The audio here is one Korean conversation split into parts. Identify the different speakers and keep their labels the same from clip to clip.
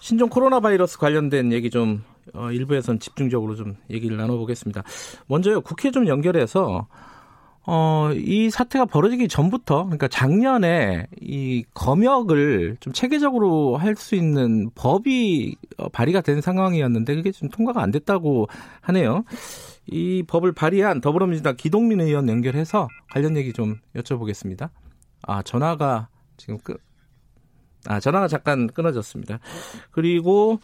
Speaker 1: 신종 코로나 바이러스 관련된 얘기 좀 어, 일부에선 집중적으로 좀 얘기를 나눠보겠습니다. 먼저요, 국회 좀 연결해서 어, 이 사태가 벌어지기 전부터, 그러니까 작년에 이 검역을 좀 체계적으로 할 수 있는 법이 어, 발의가 된 상황이었는데 그게 좀 통과가 안 됐다고 하네요. 이 법을 발의한 더불어민주당 기동민 의원 연결해서 관련 얘기 좀 여쭤보겠습니다. 아, 전화가 지금 끝. 아, 전화가 잠깐 끊어졌습니다. 그리고,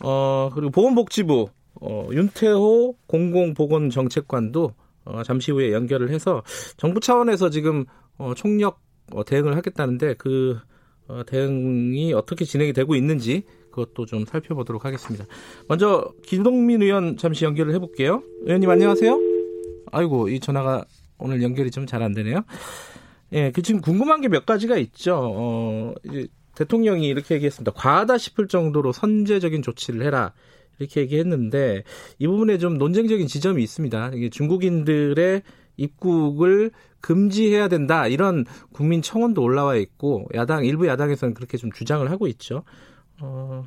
Speaker 1: 어, 그리고 보건복지부, 어, 윤태호 공공보건정책관도 어, 잠시 후에 연결을 해서 정부 차원에서 지금 어, 총력 어, 대응을 하겠다는데 그 어, 대응이 어떻게 진행이 되고 있는지 그것도 좀 살펴보도록 하겠습니다. 먼저 김동민 의원 잠시 연결을 해볼게요. 의원님 안녕하세요. 아이고 이 전화가 오늘 연결이 좀 잘 안 되네요. 예, 그 지금 궁금한 게 몇 가지가 있죠. 어, 이제 대통령이 이렇게 얘기했습니다. 과하다 싶을 정도로 선제적인 조치를 해라. 이렇게 얘기했는데 이 부분에 좀 논쟁적인 지점이 있습니다. 이게 중국인들의 입국을 금지해야 된다 이런 국민 청원도 올라와 있고 야당 일부 야당에서는 그렇게 좀 주장을 하고 있죠. 어,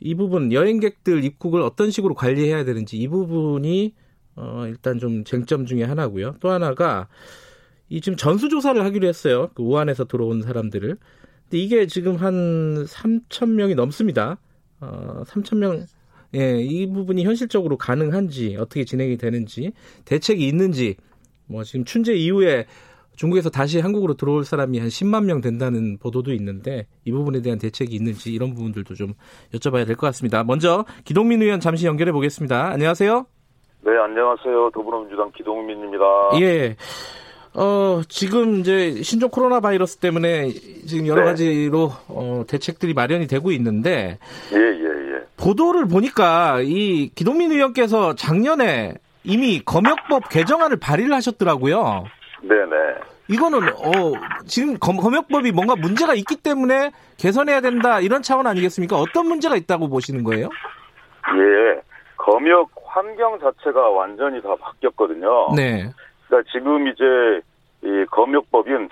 Speaker 1: 이 부분 여행객들 입국을 어떤 식으로 관리해야 되는지 이 부분이 어, 일단 좀 쟁점 중에 하나고요. 또 하나가 이 지금 전수조사를 하기로 했어요. 그 우한에서 들어온 사람들을. 근데 이게 지금 한 3천 명이 넘습니다. 어, 3천 명 예, 이 부분이 현실적으로 가능한지 어떻게 진행이 되는지 대책이 있는지 뭐 지금 춘제 이후에 중국에서 다시 한국으로 들어올 사람이 한 10만 명 된다는 보도도 있는데 이 부분에 대한 대책이 있는지 이런 부분들도 좀 여쭤봐야 될 것 같습니다. 먼저 기동민 의원 잠시 연결해 보겠습니다. 안녕하세요.
Speaker 2: 네, 안녕하세요. 더불어민주당 기동민입니다.
Speaker 1: 예. 어, 지금 이제 신종 코로나 바이러스 때문에 지금 여러
Speaker 2: 네.
Speaker 1: 가지로 어, 대책들이 마련이 되고 있는데
Speaker 2: 예, 예, 예.
Speaker 1: 보도를 보니까 이 기동민 의원께서 작년에 이미 검역법 개정안을 발의를 하셨더라고요.
Speaker 2: 네, 네.
Speaker 1: 이거는 어 지금 검, 검역법이 뭔가 문제가 있기 때문에 개선해야 된다 이런 차원 아니겠습니까? 어떤 문제가 있다고 보시는 거예요?
Speaker 2: 예. 검역 환경 자체가 완전히 다 바뀌었거든요.
Speaker 1: 네,
Speaker 2: 그러니까 지금 이제 이 검역법인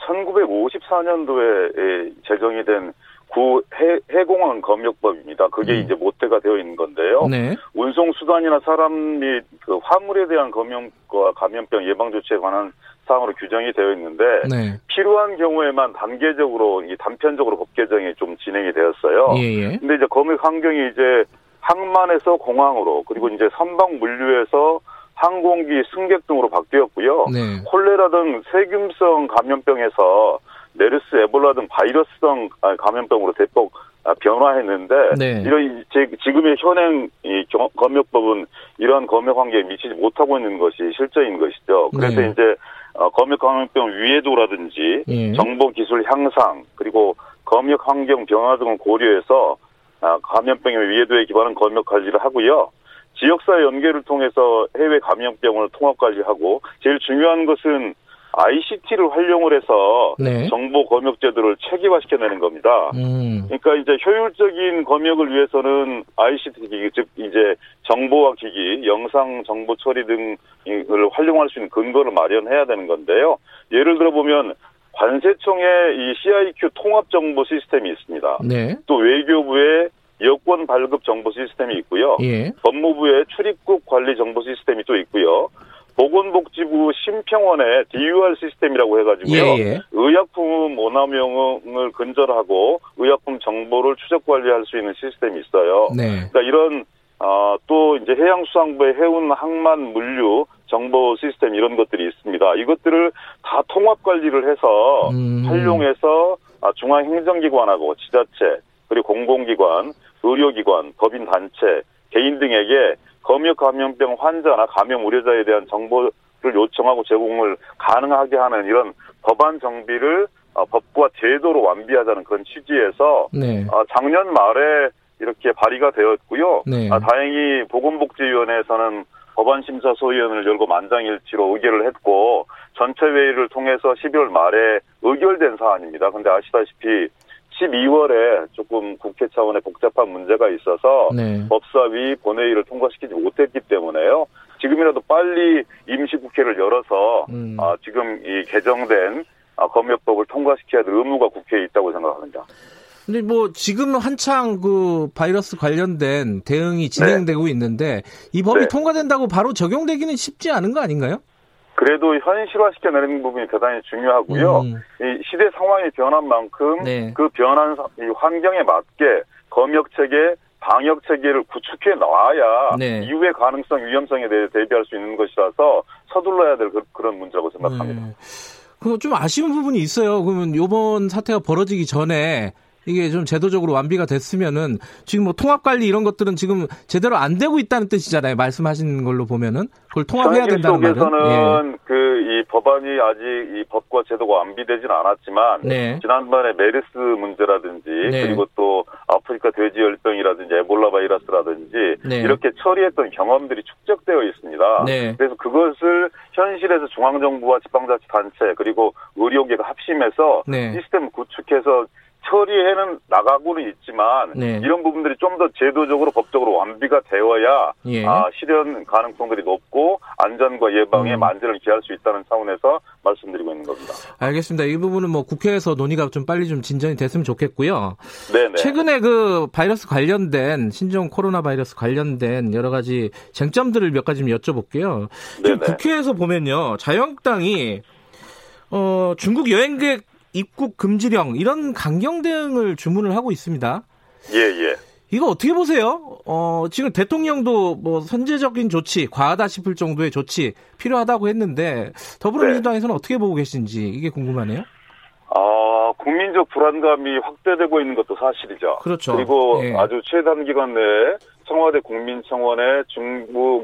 Speaker 2: 1954년도에 예, 제정이 된 구 해, 해공항 검역법입니다. 그게
Speaker 1: 음.
Speaker 2: 이제 모태가 되어 있는 건데요.
Speaker 1: 네,
Speaker 2: 운송 수단이나 사람 및 그 화물에 대한 검역과 감염병 예방 조치에 관한 사항으로 규정이 되어 있는데
Speaker 1: 네,
Speaker 2: 필요한 경우에만 단계적으로 이 단편적으로 법 개정이 좀 진행이 되었어요.
Speaker 1: 예, 예,
Speaker 2: 근데 이제 검역 환경이 이제 항만에서 공항으로 그리고 이제 선박 물류에서 항공기 승객 등으로 바뀌었고요.
Speaker 1: 네,
Speaker 2: 콜레라 등 세균성 감염병에서 메르스, 에볼라 등 바이러스성 아, 감염병으로 대폭 아, 변화했는데
Speaker 1: 네.
Speaker 2: 이런 이- 지- 지금의 현행 이 경- 검역법은 이러한 검역 환경에 미치지 못하고 있는 것이 실제인 것이죠. 그래서
Speaker 1: 네.
Speaker 2: 이제 어, 검역 감염병 위해도라든지
Speaker 1: 예,
Speaker 2: 정보 기술 향상 그리고 검역 환경 변화 등을 고려해서 아, 감염병의 위해도에 기반한 검역 관리를 하고요. 지역사회 연계를 통해서 해외 감염병을 통합 관리하고 제일 중요한 것은 ICT를 활용을 해서
Speaker 1: 네,
Speaker 2: 정보 검역 제도를 체계화시켜내는 겁니다.
Speaker 1: 음,
Speaker 2: 그러니까 이제 효율적인 검역을 위해서는 ICT 기기 즉 이제 정보화 기기, 영상 정보 처리 등을 활용할 수 있는 근거를 마련해야 되는 건데요. 예를 들어 보면 관세청의 이 CIQ 통합 정보 시스템이 있습니다.
Speaker 1: 네,
Speaker 2: 또 외교부의 여권 발급 정보 시스템이 있고요.
Speaker 1: 예,
Speaker 2: 법무부의 출입국 관리 정보 시스템이 또 있고요. 보건복지부 심평원의 DUR 시스템이라고
Speaker 1: 예,
Speaker 2: 해가지고요.
Speaker 1: 예,
Speaker 2: 의약품 오남용을 근절하고 의약품 정보를 추적 관리할 수 있는 시스템이 있어요.
Speaker 1: 네,
Speaker 2: 그러니까 이런 아, 또 이제 해양수산부의 해운 항만 물류 정보 시스템 이런 것들이 있습니다. 이것들을 다 통합 관리를 해서
Speaker 1: 음,
Speaker 2: 활용해서 아, 중앙행정기관하고 지자체 그리고 공공기관, 의료기관, 법인 단체, 개인 등에게 검역 감염병 환자나 감염 우려자에 대한 정보를 요청하고 제공을 가능하게 하는 이런 법안 어, 정비를 아, 법과 제도로 완비하자는 그런 취지에서
Speaker 1: 네,
Speaker 2: 아, 작년 말에 이렇게 발의가 되었고요.
Speaker 1: 네.
Speaker 2: 아, 다행히 보건복지위원회에서는 법안심사 소위원을 열고 만장일치로 의결을 했고 전체 회의를 통해서 12월 말에 의결된 사안입니다. 근데 아시다시피 12월에 조금 국회 차원의 복잡한 문제가 있어서
Speaker 1: 네.
Speaker 2: 법사위 본회의를 통과시키지 못했기 때문에요. 지금이라도 빨리 임시국회를 열어서
Speaker 1: 음.
Speaker 2: 아, 지금 이 개정된 아, 검역법을 통과시켜야 될 의무가 국회에 있다고 생각합니다.
Speaker 1: 근데 뭐 지금 한창 그 바이러스 관련된 대응이 진행되고 있는데 이 법이
Speaker 2: 네.
Speaker 1: 통과된다고 바로 적용되기는 쉽지 않은 거 아닌가요?
Speaker 2: 그래도 현실화시켜내는 부분이 대단히 중요하고요.
Speaker 1: 음.
Speaker 2: 이 시대 상황이 변한 만큼
Speaker 1: 네.
Speaker 2: 그 변한 사- 이 환경에 맞게 검역 체계, 방역 체계를 구축해 놔야
Speaker 1: 네.
Speaker 2: 이후의 가능성, 위험성에 대해 대비할 수 있는 것이라서 서둘러야 될 그- 그런 문제라고 생각합니다.
Speaker 1: 네. 그거 좀 아쉬운 부분이 있어요. 그러면 요번 사태가 벌어지기 전에 이게 좀 제도적으로 완비가 됐으면은 지금 뭐 통합 관리 이런 것들은 지금 제대로 안 되고 있다는 뜻이잖아요. 말씀하신 걸로 보면은 그걸 통합해야
Speaker 2: 현실
Speaker 1: 된다는 말은.
Speaker 2: 속에서는 그 이 법안이 아직 이 법과 제도가 완비되진 않았지만
Speaker 1: 예. 네.
Speaker 2: 지난번에 메르스 문제라든지
Speaker 1: 네.
Speaker 2: 그리고 또 아프리카 돼지열병이라든지 에볼라 바이러스라든지
Speaker 1: 네.
Speaker 2: 이렇게 처리했던 경험들이 축적되어 있습니다.
Speaker 1: 네.
Speaker 2: 그래서 그것을 현실에서 중앙정부와 지방자치단체 그리고 의료계가 합심해서
Speaker 1: 네.
Speaker 2: 시스템 구축해서 처리해는 나가고는 있지만
Speaker 1: 네.
Speaker 2: 이런 부분들이 좀 더 제도적으로 법적으로 완비가 되어야
Speaker 1: 예.
Speaker 2: 아, 실현 가능성들이 높고 안전과 예방에
Speaker 1: 음.
Speaker 2: 만전을 기할 수 있다는 차원에서 말씀드리고 있는 겁니다.
Speaker 1: 알겠습니다. 이 부분은 뭐 국회에서 논의가 좀 빨리 좀 진전이 됐으면 좋겠고요.
Speaker 2: 네네.
Speaker 1: 최근에 그 바이러스 관련된 신종 코로나 바이러스 관련된 여러 가지 쟁점들을 몇 가지 좀 여쭤볼게요. 지금
Speaker 2: 네네.
Speaker 1: 국회에서 보면요, 자유한국당이 어, 중국 여행객 입국 금지령 이런 강경 대응을 주문을 하고 있습니다.
Speaker 2: 예, 예.
Speaker 1: 이거 어떻게 보세요? 어, 지금 대통령도 뭐 선제적인 조치, 과하다 싶을 정도의 조치 필요하다고
Speaker 2: 네.
Speaker 1: 했는데 더불어민주당에서는 어떻게 보고 계신지 이게 궁금하네요.
Speaker 2: 아, 국민적 불안감이 확대되고 있는 것도 사실이죠.
Speaker 1: 그렇죠.
Speaker 2: 그리고
Speaker 1: 예.
Speaker 2: 아주 최단 기간 내에 청와대 국민청원에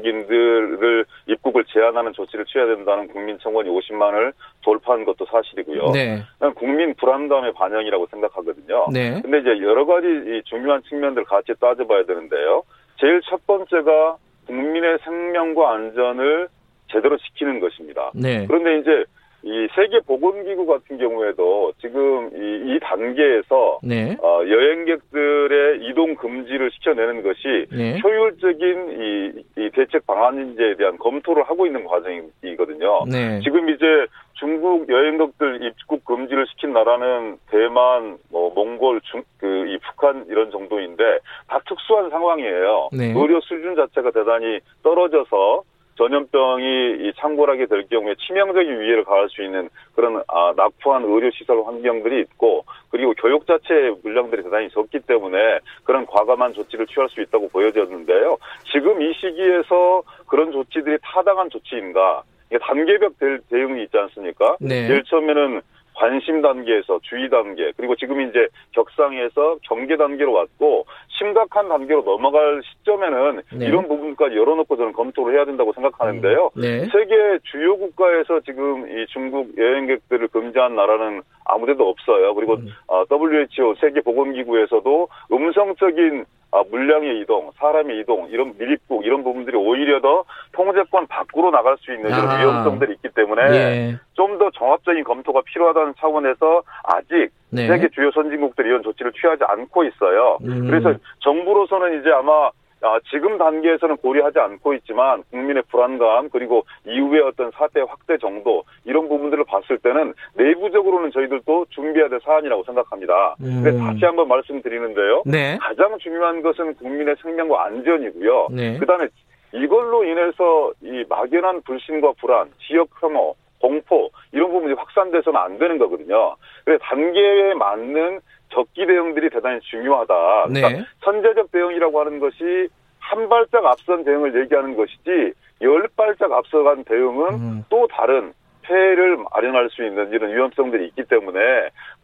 Speaker 2: 중국인들을 입국을 제한하는 조치를 취해야 된다는 국민청원이 50만을 돌파한 것도 사실이고요.
Speaker 1: 네,
Speaker 2: 난 국민 불안감의 반영이라고 생각하거든요.
Speaker 1: 네,
Speaker 2: 근데 이제 여러 가지 이 중요한 측면들 같이 따져봐야 되는데요. 제일 첫 번째가 국민의 생명과 안전을 제대로 지키는 것입니다.
Speaker 1: 네,
Speaker 2: 그런데 이제 이 세계 보건기구 같은 경우에도 지금 이, 이 단계에서
Speaker 1: 네,
Speaker 2: 어, 여행객들의 이동 금지를 시켜내는 것이
Speaker 1: 네.
Speaker 2: 효율적인 이, 이 대책 방안인지에 대한 검토를 하고 있는 과정이거든요.
Speaker 1: 네.
Speaker 2: 지금 이제 중국 여행객들 입국 금지를 시킨 나라는 대만, 뭐 몽골, 중, 그, 이 북한 이런 정도인데 다 특수한 상황이에요.
Speaker 1: 네.
Speaker 2: 의료 수준 자체가 대단히 떨어져서 전염병이 이 창궐하게 될 경우에 치명적인 위해를 가할 수 있는 그런 아, 낙후한 의료 시설 환경들이 있고 그리고 교육 자체의 물량들이 대단히 적기 때문에 그런 과감한 조치를 취할 수 있다고 보여졌는데요. 지금 이 시기에서 그런 조치들이 타당한 조치인가? 이게 단계별 대- 대응이 있지 않습니까?
Speaker 1: 네.
Speaker 2: 제일 처음에는 관심 단계에서 주의 단계 그리고 지금 이제 격상에서 경계 단계로 왔고 심각한 단계로 넘어갈 시점에는
Speaker 1: 네.
Speaker 2: 이런 부분까지 열어놓고 저는 검토를 해야 된다고 생각하는데요.
Speaker 1: 네.
Speaker 2: 세계 주요 국가에서 지금 이 중국 여행객들을 금지한 나라는 아무데도 없어요. 그리고
Speaker 1: 음.
Speaker 2: 아, WHO 세계 보건기구에서도 음성적인 아, 물량의 이동, 사람의 이동, 이런 밀입국 이런 부분들이 오히려 더 통제권 밖으로 나갈 수 있는 이런
Speaker 1: 아하.
Speaker 2: 위험성들이 있기 때문에
Speaker 1: 예.
Speaker 2: 좀 더 종합적인 검토가 필요하다는 차원에서 아직
Speaker 1: 네.
Speaker 2: 세계 주요 선진국들이 이런 조치를 취하지 않고 있어요.
Speaker 1: 음.
Speaker 2: 그래서 정부로서는 이제 아마 아, 지금 단계에서는 고려하지 않고 있지만 국민의 불안감 그리고 이후의 어떤 사태 확대 정도 이런 부분들을 봤을 때는 내부적으로는 저희들도 준비해야 될 사안이라고 생각합니다.
Speaker 1: 음.
Speaker 2: 근데 다시 한번 말씀드리는데요.
Speaker 1: 네.
Speaker 2: 가장 중요한 것은 국민의 생명과 안전이고요.
Speaker 1: 네.
Speaker 2: 그다음에 이걸로 인해서 이 막연한 불신과 불안, 지역 혐오, 공포 이런 부분이 확산돼서는 안 되는 거거든요. 그래서 단계에 맞는 적기 대응들이 대단히 중요하다. 그러니까
Speaker 1: 네.
Speaker 2: 선제적 대응이라고 하는 것이 한 발짝 앞선 대응을 얘기하는 것이지 열 발짝 앞서간 대응은
Speaker 1: 음.
Speaker 2: 또 다른 폐해를 마련할 수 있는 이런 위험성들이 있기 때문에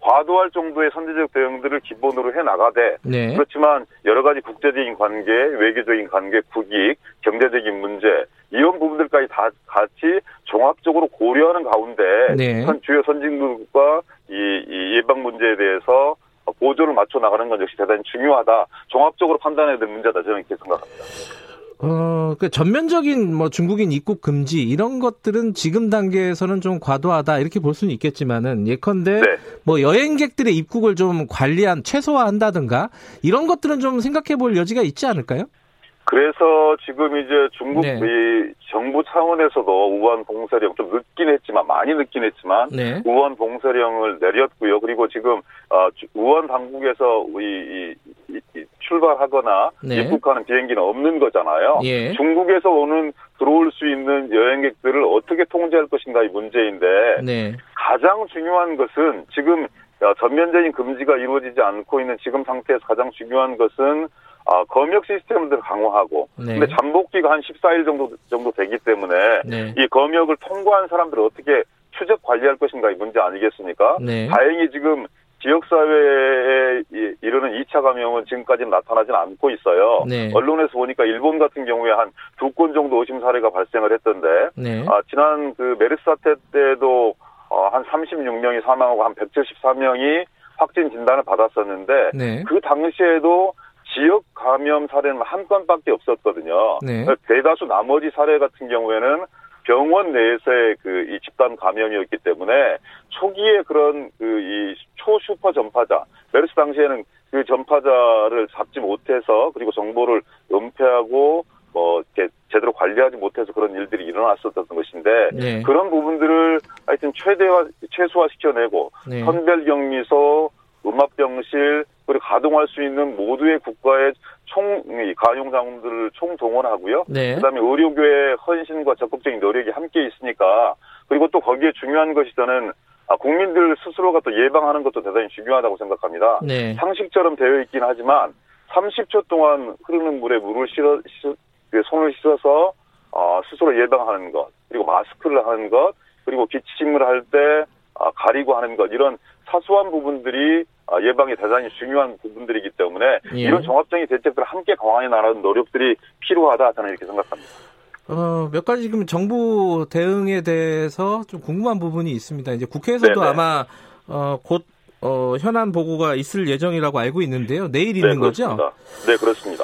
Speaker 2: 과도할 정도의 선제적 대응들을 기본으로 해 나가되
Speaker 1: 네.
Speaker 2: 그렇지만 여러 가지 국제적인 관계, 외교적인 관계, 국익, 경제적인 문제 이런 부분들까지 다 같이 종합적으로 고려하는 가운데
Speaker 1: 네.
Speaker 2: 선- 주요 선진국과 이, 이 예방 문제에 대해서 보조를 맞춰 나가는 건 역시 대단히 중요하다. 종합적으로 판단해야 될 문제다. 저는 이렇게 생각합니다.
Speaker 1: 어, 그 전면적인 뭐 중국인 입국 금지 이런 것들은 지금 단계에서는 좀 과도하다 이렇게 볼 수는 있겠지만은 예컨대
Speaker 2: 네.
Speaker 1: 뭐 여행객들의 입국을 좀 관리한 최소화한다든가 이런 것들은 좀 생각해 볼 여지가 있지 않을까요?
Speaker 2: 그래서 지금 이제 중국
Speaker 1: 네.
Speaker 2: 이 정부 차원에서도 우한 봉쇄령 좀 늦긴 했지만 많이 늦긴 했지만
Speaker 1: 네.
Speaker 2: 우한 봉쇄령을 내렸고요. 그리고 지금 어, 주- 우한 당국에서 이, 이- 이- 이 출발하거나
Speaker 1: 네.
Speaker 2: 입국하는 비행기는 없는 거잖아요.
Speaker 1: 예.
Speaker 2: 중국에서 오는 들어올 수 있는 여행객들을 어떻게 통제할 것인가의 문제인데
Speaker 1: 네.
Speaker 2: 가장 중요한 것은 지금 어, 전면적인 금지가 이루어지지 않고 있는 지금 상태에서 가장 중요한 것은 아, 검역 시스템들을 강화하고
Speaker 1: 네.
Speaker 2: 근데 잠복기가 한 14일 정도 정도 되기 때문에
Speaker 1: 네.
Speaker 2: 이 검역을 통과한 사람들을 어떻게 추적 관리할 것인가 이 문제 아니겠습니까?
Speaker 1: 네.
Speaker 2: 다행히 지금 지역사회에 이- 이르는 2차 감염은 지금까지는 나타나진 않고 있어요.
Speaker 1: 네.
Speaker 2: 언론에서 보니까 일본 같은 경우에 한 두 건 정도 의심 사례가 발생을 했던데
Speaker 1: 네.
Speaker 2: 아, 지난 그 메르스 사태 때도 어, 한 36명이 사망하고 한 174명이 확진 진단을 받았었는데
Speaker 1: 네.
Speaker 2: 그 당시에도 지역 감염 사례는 한 건밖에 없었거든요.
Speaker 1: 네.
Speaker 2: 대다수 나머지 사례 같은 경우에는 병원 내에서의 그 이 집단 감염이었기 때문에 초기에 그런 그 이 초슈퍼 전파자 메르스 당시에는 그 전파자를 잡지 못해서 그리고 정보를 은폐하고 뭐 이렇게 제대로 관리하지 못해서 그런 일들이 일어났었던 것인데
Speaker 1: 네.
Speaker 2: 그런 부분들을 하여튼 최대화 최소화 시켜내고
Speaker 1: 네.
Speaker 2: 선별격리소, 음압병실, 그리고 가동할 수 있는 모두의 국가의 총, 이 가용자원들을 총동원하고요.
Speaker 1: 네.
Speaker 2: 그 다음에 의료계의 헌신과 적극적인 노력이 함께 있으니까, 그리고 또 거기에 중요한 것이 저는, 아, 국민들 스스로가 또 예방하는 것도 대단히 중요하다고 생각합니다.
Speaker 1: 네.
Speaker 2: 상식처럼 되어 있긴 하지만 30초 동안 흐르는 물에 물을 실어 씻- 그 손을 씻어서 어, 스스로 예방하는 것 그리고 마스크를 하는 것 그리고 기침을 할 때 아, 가리고 하는 것 이런 사소한 부분들이 아, 예방이 대단히 중요한 부분들이기 때문에
Speaker 1: 예.
Speaker 2: 이런 종합적인 대책들을 함께 강화해 나가는 노력들이 필요하다 저는 이렇게 생각합니다.
Speaker 1: 어, 몇 가지 지금 정부 대응에 대해서 좀 궁금한 부분이 있습니다. 이제 국회에서도
Speaker 2: 네네.
Speaker 1: 아마 어, 곧 어, 현안 보고가 있을 예정이라고 알고 있는데요. 내일 있는 거죠?
Speaker 2: 그렇습니다. 네 그렇습니다.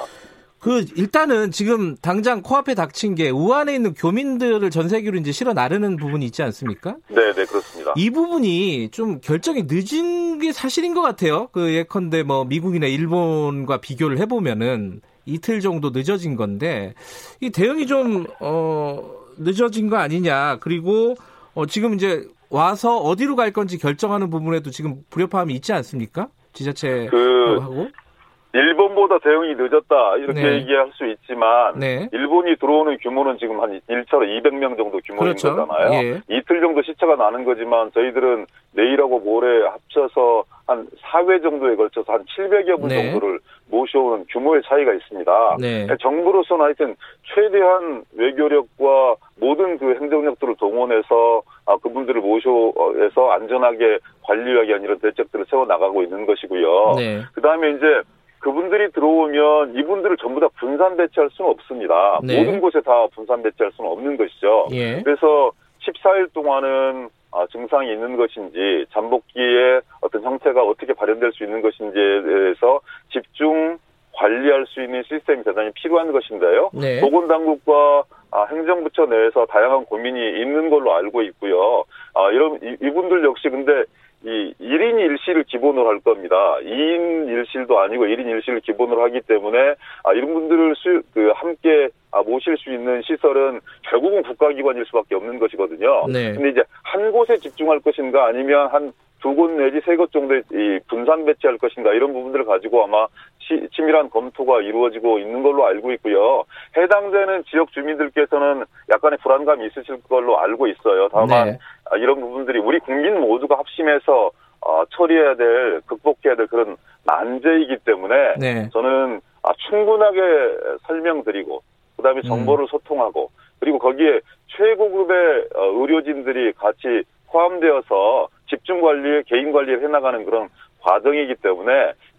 Speaker 1: 그 일단은 지금 당장 코앞에 닥친 게 우한에 있는 교민들을 전 세계로 이제 실어 나르는 부분이 있지 않습니까?
Speaker 2: 네 네 그렇습니다.
Speaker 1: 이 부분이 좀 결정이 늦은 게 사실인 것 같아요. 그 예컨대 뭐 미국이나 일본과 비교를 해보면은 이틀 정도 늦어진 건데 이 대응이 좀, 어, 늦어진 거 아니냐. 그리고 어, 지금 이제 와서 어디로 갈 건지 결정하는 부분에도 지금 불협화음이 있지 않습니까? 지자체하고.
Speaker 2: 그 일본보다 대응이 늦었다 이렇게
Speaker 1: 어. 네.
Speaker 2: 얘기할 수 있지만
Speaker 1: 네.
Speaker 2: 일본이 들어오는 규모는 지금 한 1차로 200명 정도 규모인
Speaker 1: 그렇죠.
Speaker 2: 거잖아요.
Speaker 1: 예.
Speaker 2: 이틀 정도 시차가 나는 거지만 저희들은 내일하고 모레 합쳐서 한 4회 정도에 걸쳐서 한 700여 분
Speaker 1: 네.
Speaker 2: 정도를 모셔오는 규모의 차이가 있습니다.
Speaker 1: 네.
Speaker 2: 정부로서는 하여튼 최대한 외교력과 모든 그 행정력들을 동원해서 아, 그분들을 모셔서 어, 안전하게 관리하기 위한 이런 대책들을 세워나가고 있는 것이고요.
Speaker 1: 네.
Speaker 2: 그 다음에 이제 그분들이 들어오면 이분들을 전부 다 분산 배치할 수는 없습니다.
Speaker 1: 네.
Speaker 2: 모든 곳에 다 분산 배치할 수는 없는 것이죠.
Speaker 1: 예.
Speaker 2: 그래서 14일 동안은 아, 증상이 있는 것인지 잠복기에 어떤 형태가 어떻게 발현될 수 있는 것인지에 대해서 집중 관리할 수 있는 시스템이 대단히 필요한 것인데요.
Speaker 1: 네.
Speaker 2: 보건당국과 아, 행정부처 내에서 다양한 고민이 있는 걸로 알고 있고요. 아, 이런 이- 이분들 역시 근데 이 1인 1실을 기본으로 할 겁니다. 2인 1실도 아니고 1인 1실을 기본으로 하기 때문에 아, 이런 분들을 수, 그 함께 아, 모실 수 있는 시설은 결국은 국가기관일 수밖에 없는 것이거든요.
Speaker 1: 네.
Speaker 2: 근데 이제 한 곳에 집중할 것인가 아니면 한 두 곳 내지 세 곳 정도의 이 분산 배치할 것인가 이런 부분들을 가지고 아마 치- 치밀한 검토가 이루어지고 있는 걸로 알고 있고요. 해당되는 지역 주민들께서는 약간의 불안감이 있으실 걸로 알고 있어요. 다만
Speaker 1: 네.
Speaker 2: 아, 이런 부분들이 우리 국민 모두가 합심해서 어, 처리해야 될 극복해야 될 그런 난제이기 때문에
Speaker 1: 네.
Speaker 2: 저는 아, 충분하게 설명드리고 그다음에 정보를 소통하고 그리고 거기에 최고급의 어, 의료진들이 같이 포함되어서 집중 관리, 개인 관리를 해나가는 그런 과정이기 때문에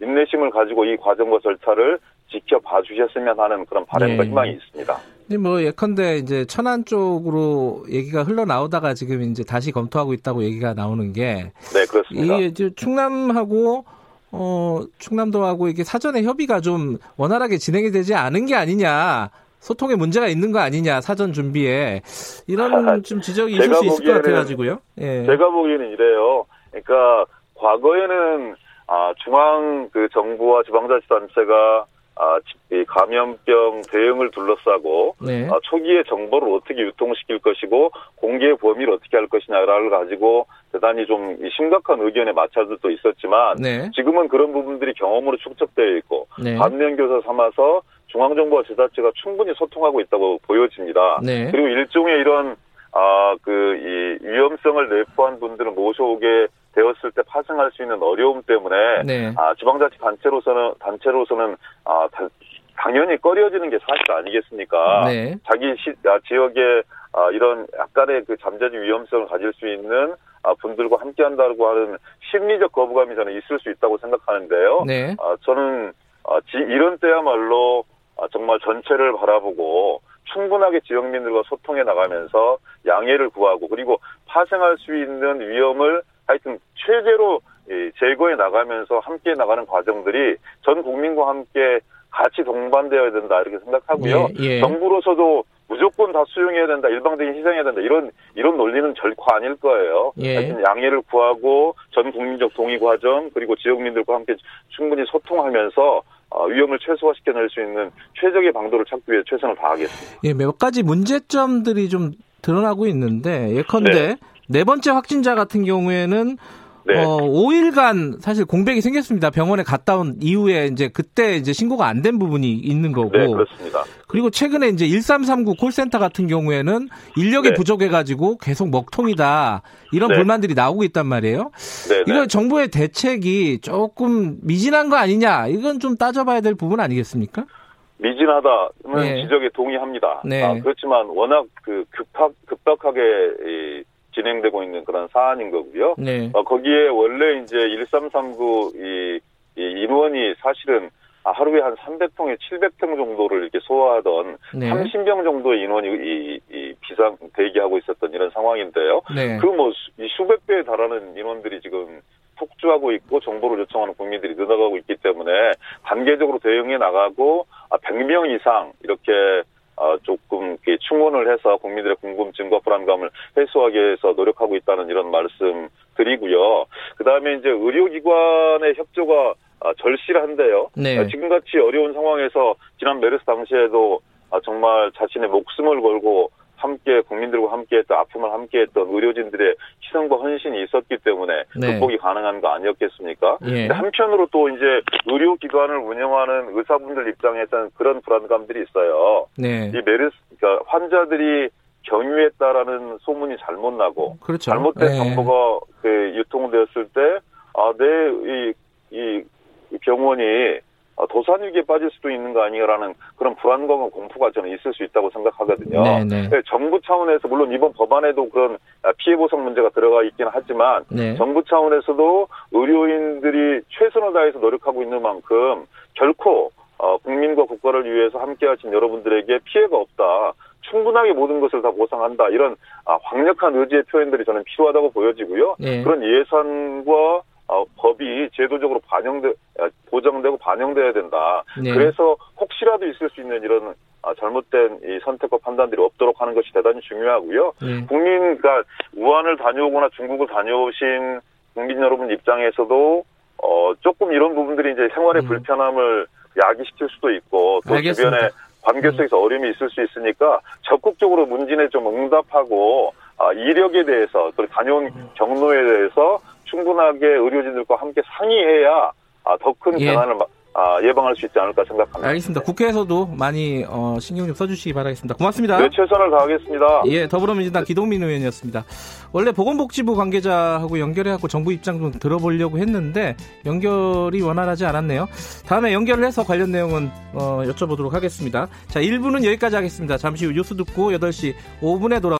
Speaker 2: 인내심을 가지고 이 과정과 절차를 지켜봐 주셨으면 하는 그런 바람과
Speaker 1: 예.
Speaker 2: 희망이 있습니다.
Speaker 1: 근데 뭐 예컨대 이제 천안 쪽으로 얘기가 흘러나오다가 지금 이제 다시 검토하고 있다고 얘기가 나오는 게
Speaker 2: 네, 그렇습니다.
Speaker 1: 이게 이제 충남하고 어, 충남도하고 이게 사전에 협의가 좀 원활하게 진행이 되지 않은 게 아니냐. 소통에 문제가 있는 거 아니냐 사전 준비에 이런 좀 지적이 있을
Speaker 2: 아, 제가
Speaker 1: 수 있을 것
Speaker 2: 보기에는
Speaker 1: 같아가지고요. 예.
Speaker 2: 제가 보기에는 이래요. 그러니까 과거에는 아, 중앙 그 정부와 지방자치단체가 아, 지- 이 감염병 대응을 둘러싸고
Speaker 1: 네.
Speaker 2: 아, 초기에 정보를 어떻게 유통시킬 것이고 공개 범위를 어떻게 할 것이냐를 가지고 대단히 좀이 심각한 의견의 마찰들도 있었지만
Speaker 1: 네.
Speaker 2: 지금은 그런 부분들이 경험으로 축적되어 있고
Speaker 1: 네.
Speaker 2: 반면 교사 삼아서 중앙정부와 지자체가 충분히 소통하고 있다고 보여집니다.
Speaker 1: 네.
Speaker 2: 그리고 일종의 이런 아, 아그이 위험성을 내포한 분들을 모셔오게 되었을 때 파생할 수 있는 어려움 때문에
Speaker 1: 네.
Speaker 2: 아 지방자치 단체로서는 단체로서는 아 다- 당연히 꺼려지는 게 사실 아니겠습니까?
Speaker 1: 네.
Speaker 2: 자기 시, 아, 지역에 아, 이런 약간의 그 잠재적 위험성을 가질 수 있는 아, 분들과 함께한다고 하는 심리적 거부감이 저는 있을 수 있다고 생각하는데요.
Speaker 1: 네.
Speaker 2: 아, 저는 아, 지- 이런 때야말로 아, 정말 전체를 바라보고 충분하게 지역민들과 소통해 나가면서 양해를 구하고 그리고 파생할 수 있는 위험을 하여튼 최대로 예, 제거해 나가면서 함께 나가는 과정들이 전 국민과 함께 같이 동반되어야 된다 이렇게 생각하고요.
Speaker 1: 예, 예.
Speaker 2: 정부로서도 무조건 다 수용해야 된다, 일방적인 희생해야 된다 이런 이런 논리는 결코 아닐 거예요.
Speaker 1: 예.
Speaker 2: 하여튼 양해를 구하고 전 국민적 동의 과정 그리고 지역민들과 함께 충분히 소통하면서 어, 위험을 최소화시켜낼 수 있는 최적의 방도를 찾기 위해 최선을 다하겠습니다.
Speaker 1: 예, 몇 가지 문제점들이 좀 드러나고 있는데 예컨대 네, 번째 확진자 같은 경우에는
Speaker 2: 네.
Speaker 1: 어, 5일간 사실 공백이 생겼습니다. 병원에 갔다 온 이후에 이제 그때 이제 신고가 안 된 부분이 있는 거고.
Speaker 2: 네, 그렇습니다.
Speaker 1: 그리고 최근에 이제 1339 콜센터 같은 경우에는 인력이
Speaker 2: 네.
Speaker 1: 부족해가지고 계속 먹통이다 이런
Speaker 2: 네.
Speaker 1: 불만들이 나오고 있단 말이에요.
Speaker 2: 네, 네.
Speaker 1: 이거 정부의 대책이 조금 미진한 거 아니냐 이건 좀 따져봐야 될 부분 아니겠습니까?
Speaker 2: 미진하다는
Speaker 1: 네.
Speaker 2: 지적에 동의합니다.
Speaker 1: 네.
Speaker 2: 아, 그렇지만 워낙 그 급박, 급박하게 이, 진행되고 있는 그런 사안인 거고요.
Speaker 1: 네,
Speaker 2: 어, 거기에 원래 이제 1339 이, 이 인원이 사실은 아, 하루에 한 300통에 700통 정도를 이렇게 소화하던
Speaker 1: 네,
Speaker 2: 30명 정도의 인원이 이, 이 비상 대기하고 있었던 이런 상황인데요.
Speaker 1: 네,
Speaker 2: 그뭐 수백 배에 달하는 인원들이 지금 폭주하고 있고 정보를 요청하는 국민들이 늘어가고 있기 때문에 단계적으로 대응해 나가고 아, 100명 이상 이렇게 아, 조금 이렇게 충원을 해서 국민들의 궁금증과 불안감을 해소하기 위해서 노력하고 있다는 이런 말씀 드리고요. 그다음에 이제 의료기관의 협조가 아, 절실한데요.
Speaker 1: 네.
Speaker 2: 아, 지금같이 어려운 상황에서 지난 메르스 당시에도 아, 정말 자신의 목숨을 걸고 함께 국민들과 함께했던 아픔을 함께했던 의료진들의 희생과 헌신이 있었기 때문에
Speaker 1: 네.
Speaker 2: 극복이 가능한 거 아니었겠습니까?
Speaker 1: 예.
Speaker 2: 근데 한편으로 또 이제 의료기관을 운영하는 의사분들 입장에서는 그런 불안감들이 있어요.
Speaker 1: 네.
Speaker 2: 이 메르스 그러니까 환자들이 경유했다라는 소문이 잘못 나고
Speaker 1: 그렇죠.
Speaker 2: 잘못된
Speaker 1: 예.
Speaker 2: 정보가 그 유통되었을 때아내이 네, 이, 이 병원이 아, 도산 위기에 빠질 수도 있는 거 아니냐라는 그런 불안감과 공포가 저는 있을 수 있다고 생각하거든요.
Speaker 1: 네, 네.
Speaker 2: 네, 정부 차원에서 물론 이번 법안에도 그런 아, 피해 보상 문제가 들어가 있긴 하지만
Speaker 1: 네.
Speaker 2: 정부 차원에서도 의료인들이 최선을 다해서 노력하고 있는 만큼 결코 어, 국민과 국가를 위해서 함께하신 여러분들에게 피해가 없다. 충분하게 모든 것을 다 보상한다. 이런 아, 강력한 의지의 표현들이 저는 필요하다고 보여지고요.
Speaker 1: 네.
Speaker 2: 그런 예산과 어, 법이 제도적으로 반영돼 아, 보장되고 반영돼야 된다.
Speaker 1: 네.
Speaker 2: 그래서 혹시라도 있을 수 있는 이런 아, 잘못된 이 선택과 판단들이 없도록 하는 것이 대단히 중요하고요.
Speaker 1: 네.
Speaker 2: 국민, 그러니까 우한을 다녀오거나 중국을 다녀오신 국민 여러분 입장에서도 어 조금 이런 부분들이 이제 생활의
Speaker 1: 음.
Speaker 2: 불편함을 야기시킬 수도 있고 또
Speaker 1: 알겠습니다. 음.
Speaker 2: 주변에 관계 속에서 어려움이 있을 수 있으니까 적극적으로 문진에 좀 응답하고 아, 이력에 대해서 그리고 다녀온
Speaker 1: 음.
Speaker 2: 경로에 대해서 충분하게 의료진들과 함께 상의해야 아, 더 큰
Speaker 1: 예.
Speaker 2: 변화를 마- 아, 예방할 수 있지 않을까 생각합니다.
Speaker 1: 알겠습니다. 국회에서도 많이 어, 신경 좀 써주시기 바라겠습니다. 고맙습니다.
Speaker 2: 네, 최선을 다하겠습니다.
Speaker 1: 예, 더불어민주당 기동민 의원이었습니다. 원래 보건복지부 관계자하고 연결해갖고 정부 입장 좀 들어보려고 했는데 연결이 원활하지 않았네요. 다음에 연결을 해서 관련 내용은 어, 여쭤보도록 하겠습니다. 자, 1부는 여기까지 하겠습니다. 잠시 후 뉴스 듣고 8시 5분에 돌아